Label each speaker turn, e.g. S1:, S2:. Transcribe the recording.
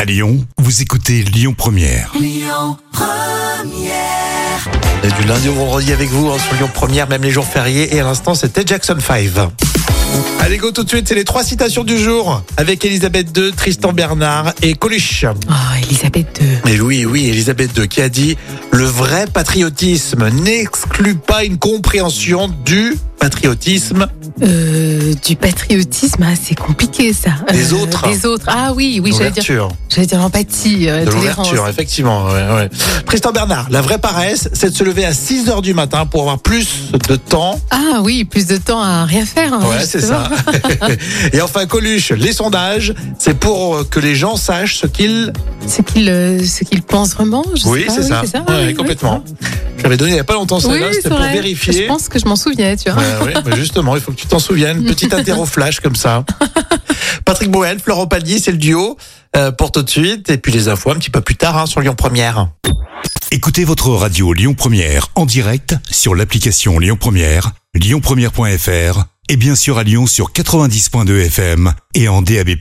S1: À Lyon, vous écoutez Lyon Première.
S2: Et du lundi au vendredi avec vous hein, sur Lyon Première, même les jours fériés. Et à l'instant, c'était Jackson 5. Allez, go tout de suite, c'est les trois citations du jour avec Elisabeth II, Tristan Bernard et Coluche.
S3: Oh, Elisabeth II.
S2: Et oui, oui, Elisabeth II qui a dit Le vrai patriotisme n'exclut pas une compréhension du patriotisme.
S3: Euh, du patriotisme, ah, c'est compliqué ça. Euh,
S2: Des autres.
S3: Des autres. Ah oui, oui, j'allais dire,
S2: L'ouverture.
S3: j'allais dire l'empathie, euh,
S2: De
S3: la tolérance.
S2: l'ouverture, effectivement. ouais, ouais. Tristan Bernard, la vraie paresse, c'est de se lever à 6 heures du matin pour avoir plus de temps
S3: Ah oui, plus de temps à rien faire. hein,
S2: Ouais, c'est
S3: justement.
S2: ça. Et enfin, Coluche, les sondages, c'est pour euh, que les gens sachent ce qu'ils.
S3: Ce qu'il euh, ce qu'il pense vraiment. Je sais pas, oui,
S2: Ouais,
S3: Ah, oui, oui,
S2: complètement. Je l'avais donné il n'y a pas longtemps,
S3: c'est vrai.
S2: celle-là,
S3: Oui,
S2: c'était
S3: c'est
S2: pour
S3: vrai.
S2: vérifier.
S3: Je pense que je m'en souvenais, tu vois.
S2: Ouais, ouais, mais Bah justement, il faut que tu t'en souviennes. Petit interro flash comme ça. Patrick Boel, Florent Pagny, c'est le duo euh, pour tout de suite. Et puis les infos un petit peu plus tard hein, sur Lyon Première.
S1: Écoutez votre radio Lyon Première en direct sur l'application Lyon Première, lyonpremière.fr et bien sûr à Lyon sur 90.2 FM et en DAB+.